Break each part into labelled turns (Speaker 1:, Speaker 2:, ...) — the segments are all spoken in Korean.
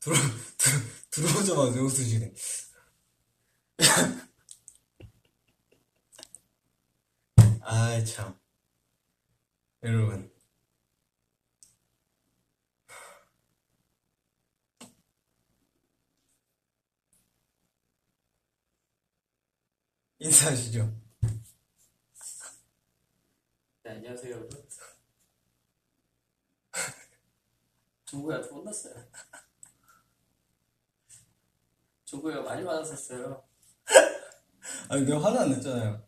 Speaker 1: 들어, 들어, 들어오자마자 웃으시네. 아이, 참. 여러분. 인사하시죠.
Speaker 2: 네, 안녕하세요, 여러분. 조구야, 또 혼났어요. 조구야, 많이 받았었어요.
Speaker 1: 아니, 내가 화는 안 냈잖아요.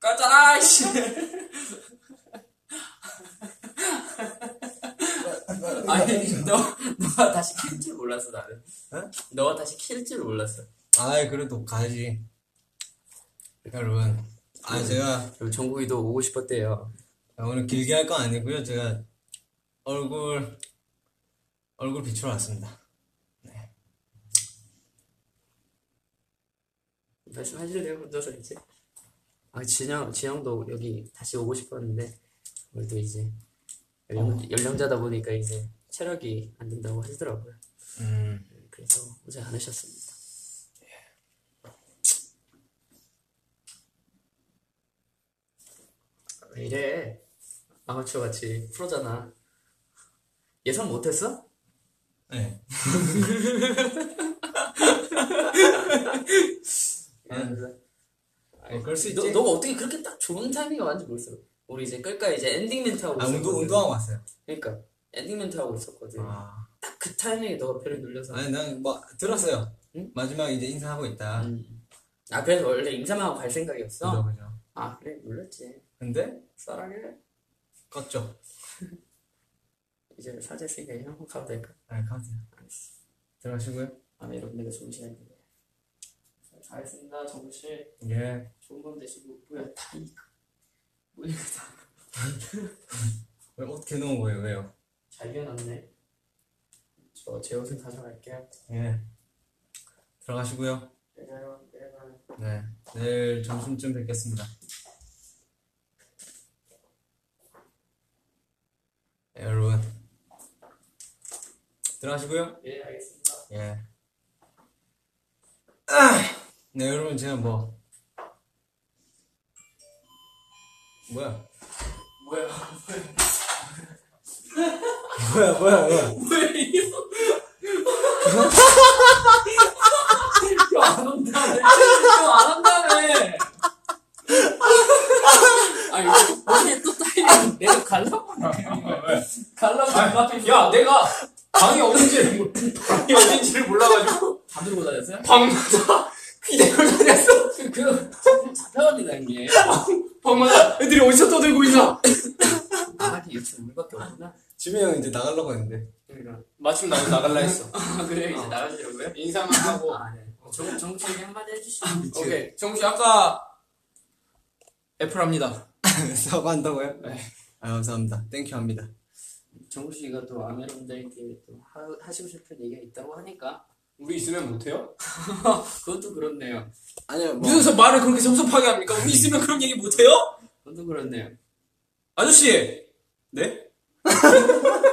Speaker 2: 까잖아, 아이씨! 아니, 너, 너가 다시 킬 줄 몰랐어, 나는.
Speaker 1: 응?
Speaker 2: 너가 다시 킬 줄 몰랐어.
Speaker 1: 아이, 그래도 가지. 여러분. 아, 제가.
Speaker 2: 그리고 정국이도 오고 싶었대요.
Speaker 1: 아, 오늘 길게 할 건 아니고요. 제가 얼굴 얼굴 비추러 왔습니다.
Speaker 2: 말씀하실래요, 혼자서 이제? 아, 진영, 진영도 여기 다시 오고 싶었는데, 오늘도 이제 연령, 연령자다 보니까 이제 체력이 안 된다고 하시더라고요.
Speaker 1: 음,
Speaker 2: 네, 그래서 오지 않으셨습니다. 예. 왜 이래? 아마추어 같이 프로잖아. 예상 못했어?
Speaker 1: 네.
Speaker 2: 이러면서.
Speaker 1: 어, 네, 그럴 수 있지.
Speaker 2: 아, 너, 너가 어떻게 그렇게 딱 좋은 타이밍이 왔는지 모르겠어. 우리 이제 끌까 이제 엔딩 멘트 하고
Speaker 1: 아,
Speaker 2: 있었거든.
Speaker 1: 운동 운동하고 왔어요.
Speaker 2: 그러니까 엔딩 멘트 하고 있었거든.
Speaker 1: 아,
Speaker 2: 딱 그 타이밍에 너가 배를 눌려서.
Speaker 1: 아니 난 뭐 들었어요.
Speaker 2: 응?
Speaker 1: 마지막 이제 인사하고 있다.
Speaker 2: 음. 아 그래서 원래 인사만 하고 갈 생각이었어?
Speaker 1: 그죠, 그죠.
Speaker 2: 아 그래 놀랐지.
Speaker 1: 근데
Speaker 2: 쌀하게
Speaker 1: 껐죠.
Speaker 2: 이제 사제 쓰니까 한번 가도 될까?
Speaker 1: 아, 가세요.
Speaker 2: 알겠어.
Speaker 1: 들어가시고요.
Speaker 2: 아 네, 여러분에게 좋은 시간이네요. 잘했습니다 정우 씨.
Speaker 1: 예.
Speaker 2: 좋은 밤 되시고 뭐야 다 이거 뭐야 이거 다.
Speaker 1: 왜 어떻게 놓은 거예요? 왜요?
Speaker 2: 잘 이겨놨네. 저 제 옷은 가져갈게요.
Speaker 1: 예. 들어가시고요.
Speaker 2: 내가요 내가.
Speaker 1: 네. 내일 점심쯤 뵙겠습니다. 네, 여러분. 들어가시고요.
Speaker 2: 예 알겠습니다.
Speaker 1: 예. 네, 여러분, 제가 뭐. 뭐야?
Speaker 2: 뭐야
Speaker 1: 뭐야, 뭐야, 뭐야.
Speaker 2: 뭐야 이거. 안 온다며. 안 온다며. 아 이거 아니 또 타이밍 내가 갈라고 갈라고 갈라고
Speaker 3: 야, 내가 방이 어딘지를 몰- 방이 어딘지를 몰라가지고
Speaker 2: 다 들고 다녔어요?
Speaker 3: 방마다 기대고 다녔어.
Speaker 2: 그, 그, 잡혀갑니다, 형님.
Speaker 3: 방마다 애들이 어디서 떠들고 있나?
Speaker 2: 아, 이게 지금 우리밖에 없구나.
Speaker 1: 지민이 형 이제 나가려고 했는데.
Speaker 2: 그러니까.
Speaker 3: 마침 나도 나갈라 했어.
Speaker 2: 아, 그래요? 이제 나가시려고요?
Speaker 3: 인사만 하고.
Speaker 2: 아, 네. 정, 정치 얘기 한마디 해주시면.
Speaker 3: 오케이. 정씨 아까 애플합니다.
Speaker 1: 사과한다고요?
Speaker 3: 네.
Speaker 1: 아, 감사합니다. 땡큐 합니다.
Speaker 2: 정우 씨가 또 아메론들께 또 하, 하시고 싶은 얘기가 있다고 하니까.
Speaker 3: 우리 있으면 못해요?
Speaker 2: 그것도 그렇네요.
Speaker 1: 아니요, 뭐.
Speaker 3: 무슨 말을 그렇게 섭섭하게 합니까? 우리 있으면 그런 얘기 못해요?
Speaker 2: 그것도 그렇네요.
Speaker 3: 아저씨. 네?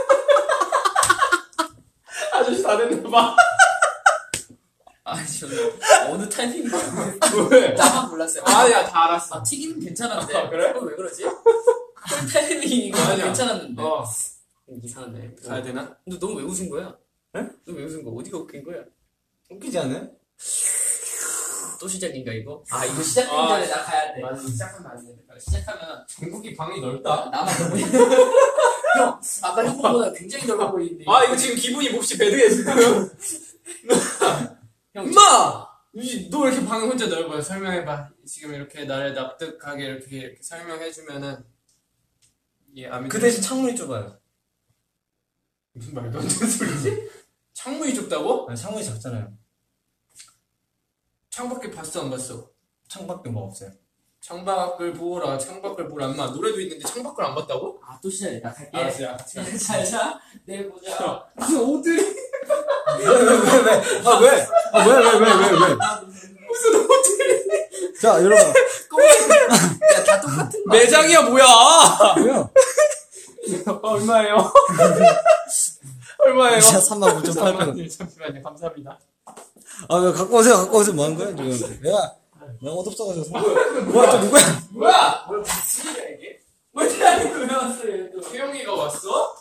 Speaker 3: 아저씨 다 됐나 봐.
Speaker 2: 아, 저는 어느 타이밍인가
Speaker 3: 왜?
Speaker 2: 딱 몰랐어요. 아,
Speaker 3: 아야 다 알았어.
Speaker 2: 아, 튀기는 괜찮았는데.
Speaker 3: 아, 그래?
Speaker 2: 어, 왜 그러지? 그 타이밍인가
Speaker 3: 아니야.
Speaker 2: 괜찮았는데.
Speaker 3: 어.
Speaker 2: 이상하네. 아,
Speaker 3: 가야 되나?
Speaker 2: 너 너무 왜 웃은 거야?
Speaker 1: 에?
Speaker 2: 너 왜 웃은 거야? 어디가 웃긴 거야?
Speaker 1: 웃기지 않아요?
Speaker 2: 또 시작인가 이거? 아 이거 시작하기
Speaker 3: 아,
Speaker 2: 전에 나 가야 돼.
Speaker 3: 맞아.
Speaker 2: 시작하면 안 돼. 시작하면
Speaker 3: 전국이 방이 넓다.
Speaker 2: 아, 나 나만 더 보이네. 형 아까 형보다 굉장히 넓어 보이는데.
Speaker 3: 아 이거 지금 기분이 몹시 배드해 지금.
Speaker 2: 형
Speaker 3: 엄마! 너왜 이렇게 방이 혼자 넓어요? 설명해봐. 지금 이렇게 나를 납득하게 이렇게, 이렇게 설명해주면은 예, 아미
Speaker 1: 그 대신 창문이 좁아요.
Speaker 3: 무슨 말도 안 되는 소리지? 창문이 좁다고?
Speaker 1: 아니, 창문이 작잖아요.
Speaker 3: 창밖에 봤어 안 봤어?
Speaker 1: 창밖에 뭐 없어요.
Speaker 3: 창밖을 보라 창밖을 보라 엄마 노래도 있는데 창밖을 안 봤다고?
Speaker 2: 아또 시작해. 나 갈게.
Speaker 3: 알았어요 같이 가.
Speaker 2: 잘자. 내일 보자.
Speaker 3: 무슨 옷들이
Speaker 1: 아, 왜? 아, 왜, 왜, 왜, 왜, 왜?
Speaker 3: 무슨 옷들이
Speaker 1: 자, 여러분.
Speaker 2: 야다 똑같은 거.
Speaker 1: 아,
Speaker 3: 매장이야 뭐야 아,
Speaker 1: 뭐야?
Speaker 3: 얼마예요? 얼마예요?
Speaker 1: 진짜 35,800원.
Speaker 3: 3만 잠시만요. 감사합니다.
Speaker 1: 아, 왜 갖고 오세요, 갖고 오세요. 뭐 하는 거야, 지금? 야, 내가 어둡어가지고. 뭐야, 저 누구야?
Speaker 2: 아,
Speaker 3: 뭐야? 뭐야 무슨이야 이게? 왜 대한민국 왜 왔어 얘 또? 태용이가 왔어?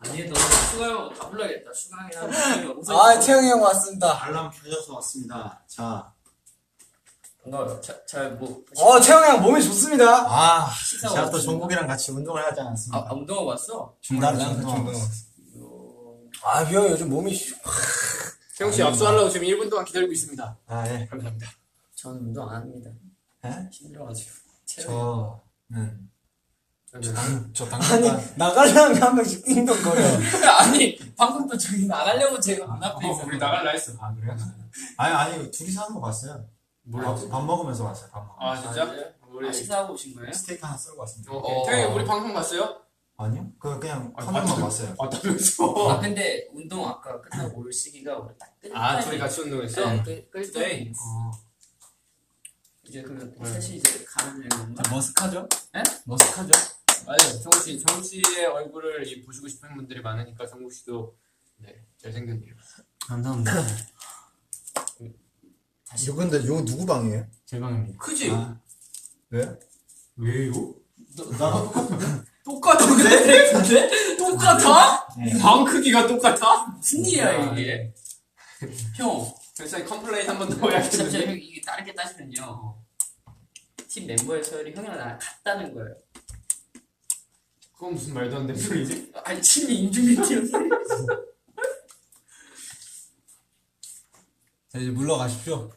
Speaker 2: 아니 너 슈가 형다 불러야겠다 슈가 형이랑
Speaker 1: 아, 태영이 형 왔습니다.
Speaker 4: 알람 켜져서 왔습니다. 자,
Speaker 2: 반가워요 잘뭐
Speaker 3: 아,
Speaker 1: 어, 태영이 형 몸이 좋습니다.
Speaker 4: 아,
Speaker 2: 식사
Speaker 4: 제가 또 종국이랑 같이 운동을 하지 않았습니까?
Speaker 2: 아 운동하고 왔어?
Speaker 4: 중단을
Speaker 1: 나랑 같이
Speaker 4: 중단.
Speaker 1: 운동하고 아, 비형 요즘 몸이 슈-
Speaker 3: 태용 씨 압수하려고 지금 1분 동안 기다리고 있습니다.
Speaker 4: 아, 예.
Speaker 3: 감사합니다.
Speaker 2: 저는 운동 안 합니다
Speaker 4: 예?
Speaker 2: 힘들어가지고 체력
Speaker 4: 저는
Speaker 3: 저는
Speaker 4: 당, 네. 저
Speaker 1: 아니,
Speaker 4: 당분간
Speaker 1: 나가려면 한 명씩 띵동거려.
Speaker 2: 아니 방금도 저기 안 하려고 제가 안 앞에
Speaker 3: 어,
Speaker 2: 있어
Speaker 3: 우리 나갈라 했어.
Speaker 4: 아 그래요? 아니 아니 둘이서 한거 봤어요. 밥, 밥 먹으면서 봤어요. 밥 먹.
Speaker 3: 아 진짜? 우리
Speaker 2: 아, 식사하고 오신 거예요?
Speaker 4: 스테이크 하나 썰고 왔습니다.
Speaker 3: 오케이.
Speaker 2: 어.
Speaker 3: 태용이 우리 방송 봤어요?
Speaker 4: 아니요? 그 그냥
Speaker 3: 아니,
Speaker 4: 화면만
Speaker 3: 봤죠.
Speaker 4: 봤어요.
Speaker 3: 왔다면서?
Speaker 2: 아 근데 운동 아까 끝나고 올 시기가 우리 딱 끝날
Speaker 3: 아 둘이 같이 운동했어?
Speaker 2: 끌때
Speaker 3: 네.
Speaker 2: 이제 그럼
Speaker 3: 네.
Speaker 2: 셋이 이제 가면 되는 건가?
Speaker 4: 아, 머스카죠?
Speaker 3: 예?
Speaker 4: 머스카죠?
Speaker 3: 맞아요. 정우 씨, 정우 씨의 얼굴을 이- 보시고 싶은 분들이 많으니까 정국 씨도 네, 잘생긴 일.
Speaker 4: 감사합니다.
Speaker 2: 다시
Speaker 4: 근데 요 누구 방이에요?
Speaker 3: 제 방입니다.
Speaker 2: 크지?
Speaker 4: 아, 왜? 왜요?
Speaker 2: 똑같은데? 근데? 똑같아?
Speaker 3: 방 크기가 똑같아?
Speaker 2: 무슨 일이야 이게 형
Speaker 3: 그래서 컴플레인 한 번 더
Speaker 2: 아, 잠시만
Speaker 3: 해야겠는데.
Speaker 2: 형 이게 다른 게 따지면요 팀 멤버의 서열이 형이랑 나랑 같다는 거예요
Speaker 3: 그건 무슨 말도 안 되는 소리지?
Speaker 2: 아니 팀이 인중미팅이었어
Speaker 1: 자, 이제 물러가십시오.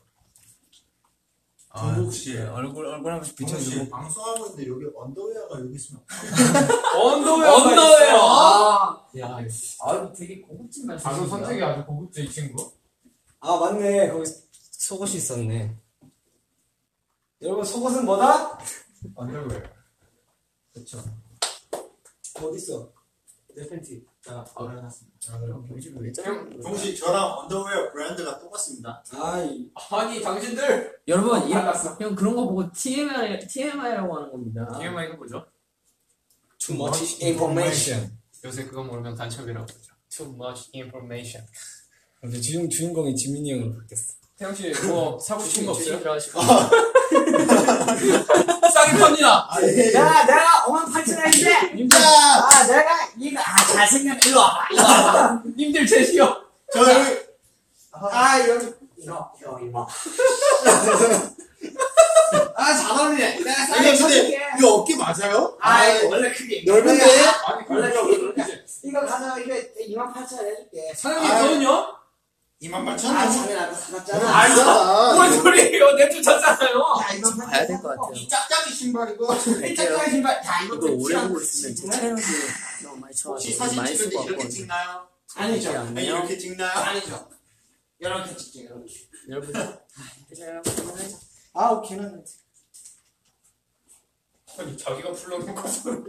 Speaker 4: 종국 씨.
Speaker 1: 아, 네. 얼굴, 얼굴 한 번씩 비춰주고.
Speaker 4: 방송하고 있는데 여기 언더웨어가 여기 있으면
Speaker 3: 언더웨어.
Speaker 2: 언더예요 아,
Speaker 3: 야,
Speaker 2: 아 되게 고급진 말씀
Speaker 3: 방송 선택이 아주 고급져 이 친구.
Speaker 1: 아, 맞네. 거기 속옷이 있었네. 여러분, 속옷은 뭐다?
Speaker 3: 언더웨어.
Speaker 1: 그쵸. 어딨어? 내 팬티. 자,
Speaker 4: 걸어놨습니다.
Speaker 1: 아, 그럼.
Speaker 2: 요즘 왜 저러는 거야?
Speaker 4: 동시 저랑 언더웨어 브랜드가 똑같습니다.
Speaker 1: 아이.
Speaker 3: 아니 당신들.
Speaker 2: 여러분 이런, 형 그런 거 보고 TMI, TMI라고 하는 겁니다
Speaker 3: TMI가 뭐죠?
Speaker 1: Too much information.
Speaker 3: 요새 그거 모르면 간첩이라고 그러죠. Too much information.
Speaker 1: 근데 아, 주인, 주인공이 지민이 형으로 바뀌었어.
Speaker 3: 태영 씨뭐 사고 싶은 거 없어요? 아.
Speaker 2: 싸게 팝니다
Speaker 4: 아, 예.
Speaker 1: 야, 내가 5만 8천 원인데! 아, 내가 이거, 아, 잘생긴 일로 와봐.
Speaker 2: 님들 제시요
Speaker 4: 저 여기
Speaker 1: 아, 여기. 이거, 이거, 이거. 아, 잘 어울리네. 내가 싸게
Speaker 4: 아니,
Speaker 1: 쳐줄게.
Speaker 4: 근데 이 어깨 맞아요?
Speaker 1: 아이, 예.
Speaker 2: 원래 크게
Speaker 4: 넓은데?
Speaker 3: 아니
Speaker 1: 원래
Speaker 3: 그걸
Speaker 1: 이거 가져, 이거 2만 8천 원 해줄게.
Speaker 3: 사장님
Speaker 4: 아이.
Speaker 3: 저는요?
Speaker 4: 2만 8천
Speaker 1: 아,
Speaker 4: 원.
Speaker 1: 자네 나도 사놨잖아.
Speaker 4: 알잖아.
Speaker 3: 뭔 소리예요? 내 쫓았잖아요.
Speaker 1: 야, 이거
Speaker 2: 봐야 될 것 같아요
Speaker 4: 이 짝짝이 신발이고.
Speaker 1: 이 짝짝이 신발. 야, 이거
Speaker 2: 이거 오래 보고 있으면
Speaker 1: 진짜
Speaker 2: 진짜 촬영이 너무 많이
Speaker 4: 혹시
Speaker 2: 쳐가지고
Speaker 4: 사진
Speaker 2: 많이
Speaker 4: 찍을 때
Speaker 2: 쓸것
Speaker 4: 이렇게
Speaker 2: 같거든요
Speaker 4: 찍나요?
Speaker 1: 아니죠.
Speaker 4: 아니, 이렇게 찍나요?
Speaker 1: 아니죠. 이렇게 찍게, 이렇게.
Speaker 2: 여러분
Speaker 1: 아, 오케이. 난
Speaker 3: 아니 자기가 불러놓고 소리.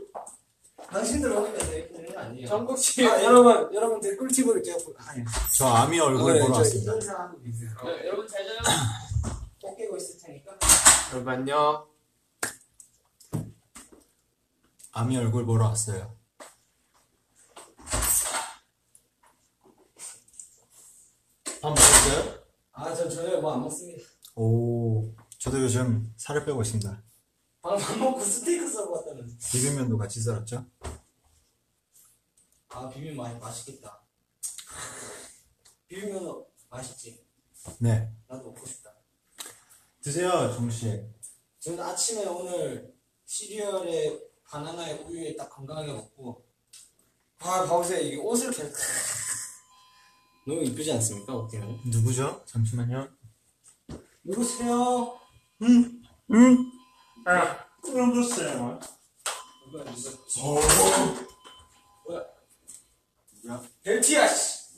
Speaker 1: 당신들 오니까 되게 되는 거 아니에요.
Speaker 3: 정국 씨.
Speaker 1: 아, 여러분, 여러분들 꿀팁으로 제가 볼- 아니, 예.
Speaker 4: 저 아미 얼굴 보러 왔습니다.
Speaker 1: 인사하고 계세요.
Speaker 2: 여러분 잘 자요
Speaker 1: 꼭 깨고 있을 테니까.
Speaker 3: 여러분 안녕.
Speaker 4: 아미 얼굴 보러 왔어요. 밥 먹었어요?
Speaker 1: 아, 전 저녁에 뭐 안 먹습니다.
Speaker 4: 오, 저도 요즘 살을 빼고 있습니다.
Speaker 1: 방금 밥 먹고 스테이크 썰고 왔다는.
Speaker 4: 비빔면도 같이 썰었죠?
Speaker 1: 아, 비빔 많이 맛있겠다. 비빔면 맛있지.
Speaker 4: 네.
Speaker 1: 나도 먹고 싶다.
Speaker 4: 드세요, 정우 씨.
Speaker 1: 저는 아침에 오늘 시리얼에 바나나에 우유에 딱 건강하게 먹고 아 봐보세요 이게 옷을 계속 너무 이쁘지 않습니까 어깨는
Speaker 4: 누구죠? 잠시만요.
Speaker 1: 누구세요?
Speaker 4: 응, 응. 아, 그럼 글쎄요.
Speaker 1: 누가 누가
Speaker 4: 오,
Speaker 1: 뭐야
Speaker 4: 야.
Speaker 1: 벨티야 씨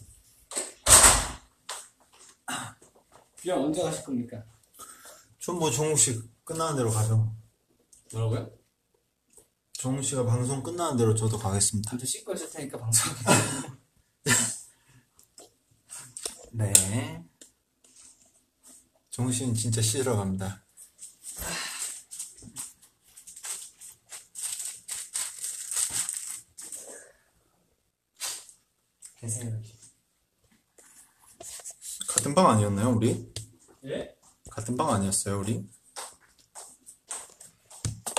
Speaker 1: 그냥 언제 가실 겁니까?
Speaker 4: 좀뭐 정우 씨 끝나는 대로 가죠.
Speaker 1: 뭐라고요?
Speaker 4: 정우 씨가 방송 끝나는 대로 저도 가겠습니다.
Speaker 2: 잠시 씻고 있을 테니까 방송
Speaker 4: 네. 정우 씨는 진짜 씻으러 갑니다.
Speaker 1: 내 생각에.
Speaker 4: 같은 방 아니었나요, 우리?
Speaker 3: 예?
Speaker 4: 같은 방 아니었어요, 우리?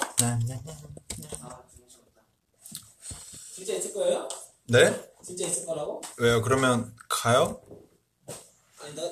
Speaker 1: 아, 잘못다 진짜 있을 거예요?
Speaker 4: 네?
Speaker 1: 진짜 있을 거라고?
Speaker 4: 왜요? 그러면 가요?
Speaker 1: 아니다.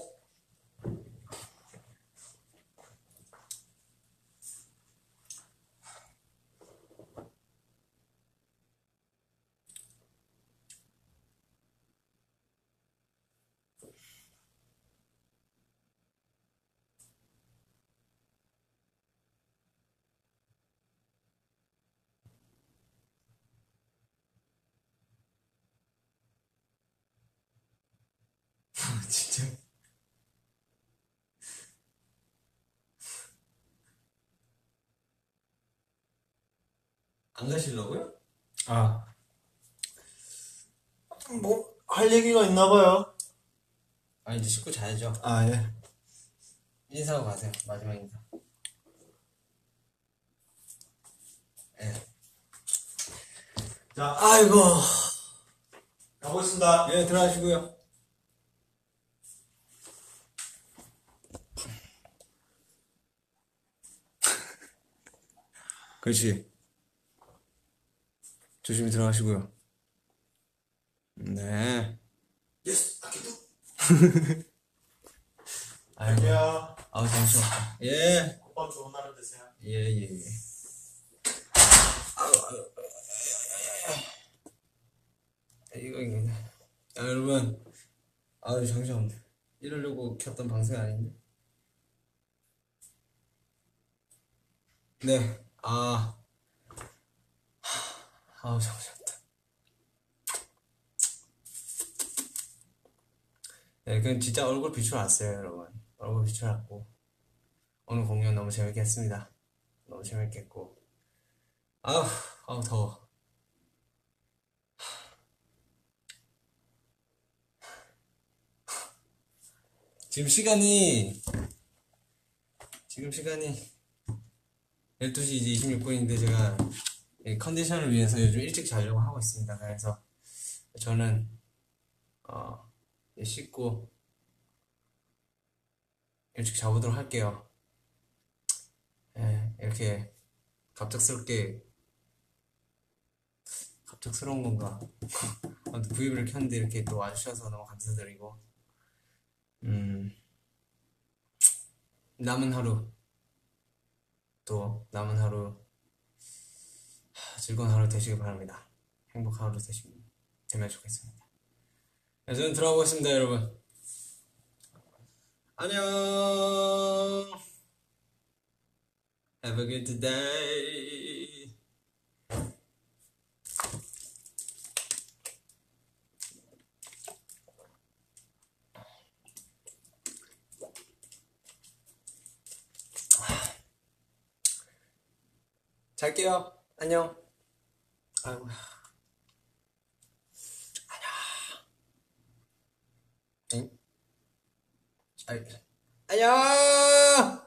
Speaker 4: 진짜.
Speaker 1: 안 가시려고요?
Speaker 4: 아. 뭐, 할 얘기가 있나 봐요.
Speaker 1: 아, 이제 씻고 자야죠.
Speaker 4: 아, 예.
Speaker 1: 인사하고 가세요. 마지막 인사. 예.
Speaker 4: 자, 아이고. 가보겠습니다.
Speaker 1: 예, 들어가시고요. 그렇지. 조심히 들어가시고요. 네.
Speaker 4: 갈게요.
Speaker 1: 아우 잠시만. 예.
Speaker 4: 오빠 좋은 하루 되세요.
Speaker 1: 예, 예, 예. 이거 이거. 아, 여러분. 아유, 잠시만. 이러려고 켰던 방송이 아닌데. 네. 아. 하, 아우, 잠시만다. 네, 그냥 진짜 얼굴 비춰놨어요, 여러분. 얼굴 비춰놨고. 오늘 공연 너무 재밌게 했습니다. 너무 재밌게 했고. 아우, 아우, 더워. 지금 시간이, 지금 시간이 12시 이제 26분인데 제가 이 컨디션을 위해서 요즘 일찍 자려고 하고 있습니다. 그래서 저는, 어, 이제 씻고 일찍 자보도록 할게요. 예, 이렇게 갑작스럽게 갑작스러운 건가? 아무튼 구입을 켰는데 이렇게 또 와주셔서 너무 감사드리고 음 남은 하루 또 남은 하루 하, 즐거운 하루 되시길 바랍니다. 행복한 하루 되시면 되면 좋겠습니다. 네, 저는 들어가보겠습니다, 여러분. 안녕. Have a good day. 잘게요. 안녕. 아이고. 안녕. 哎 응? 아이. 안녕.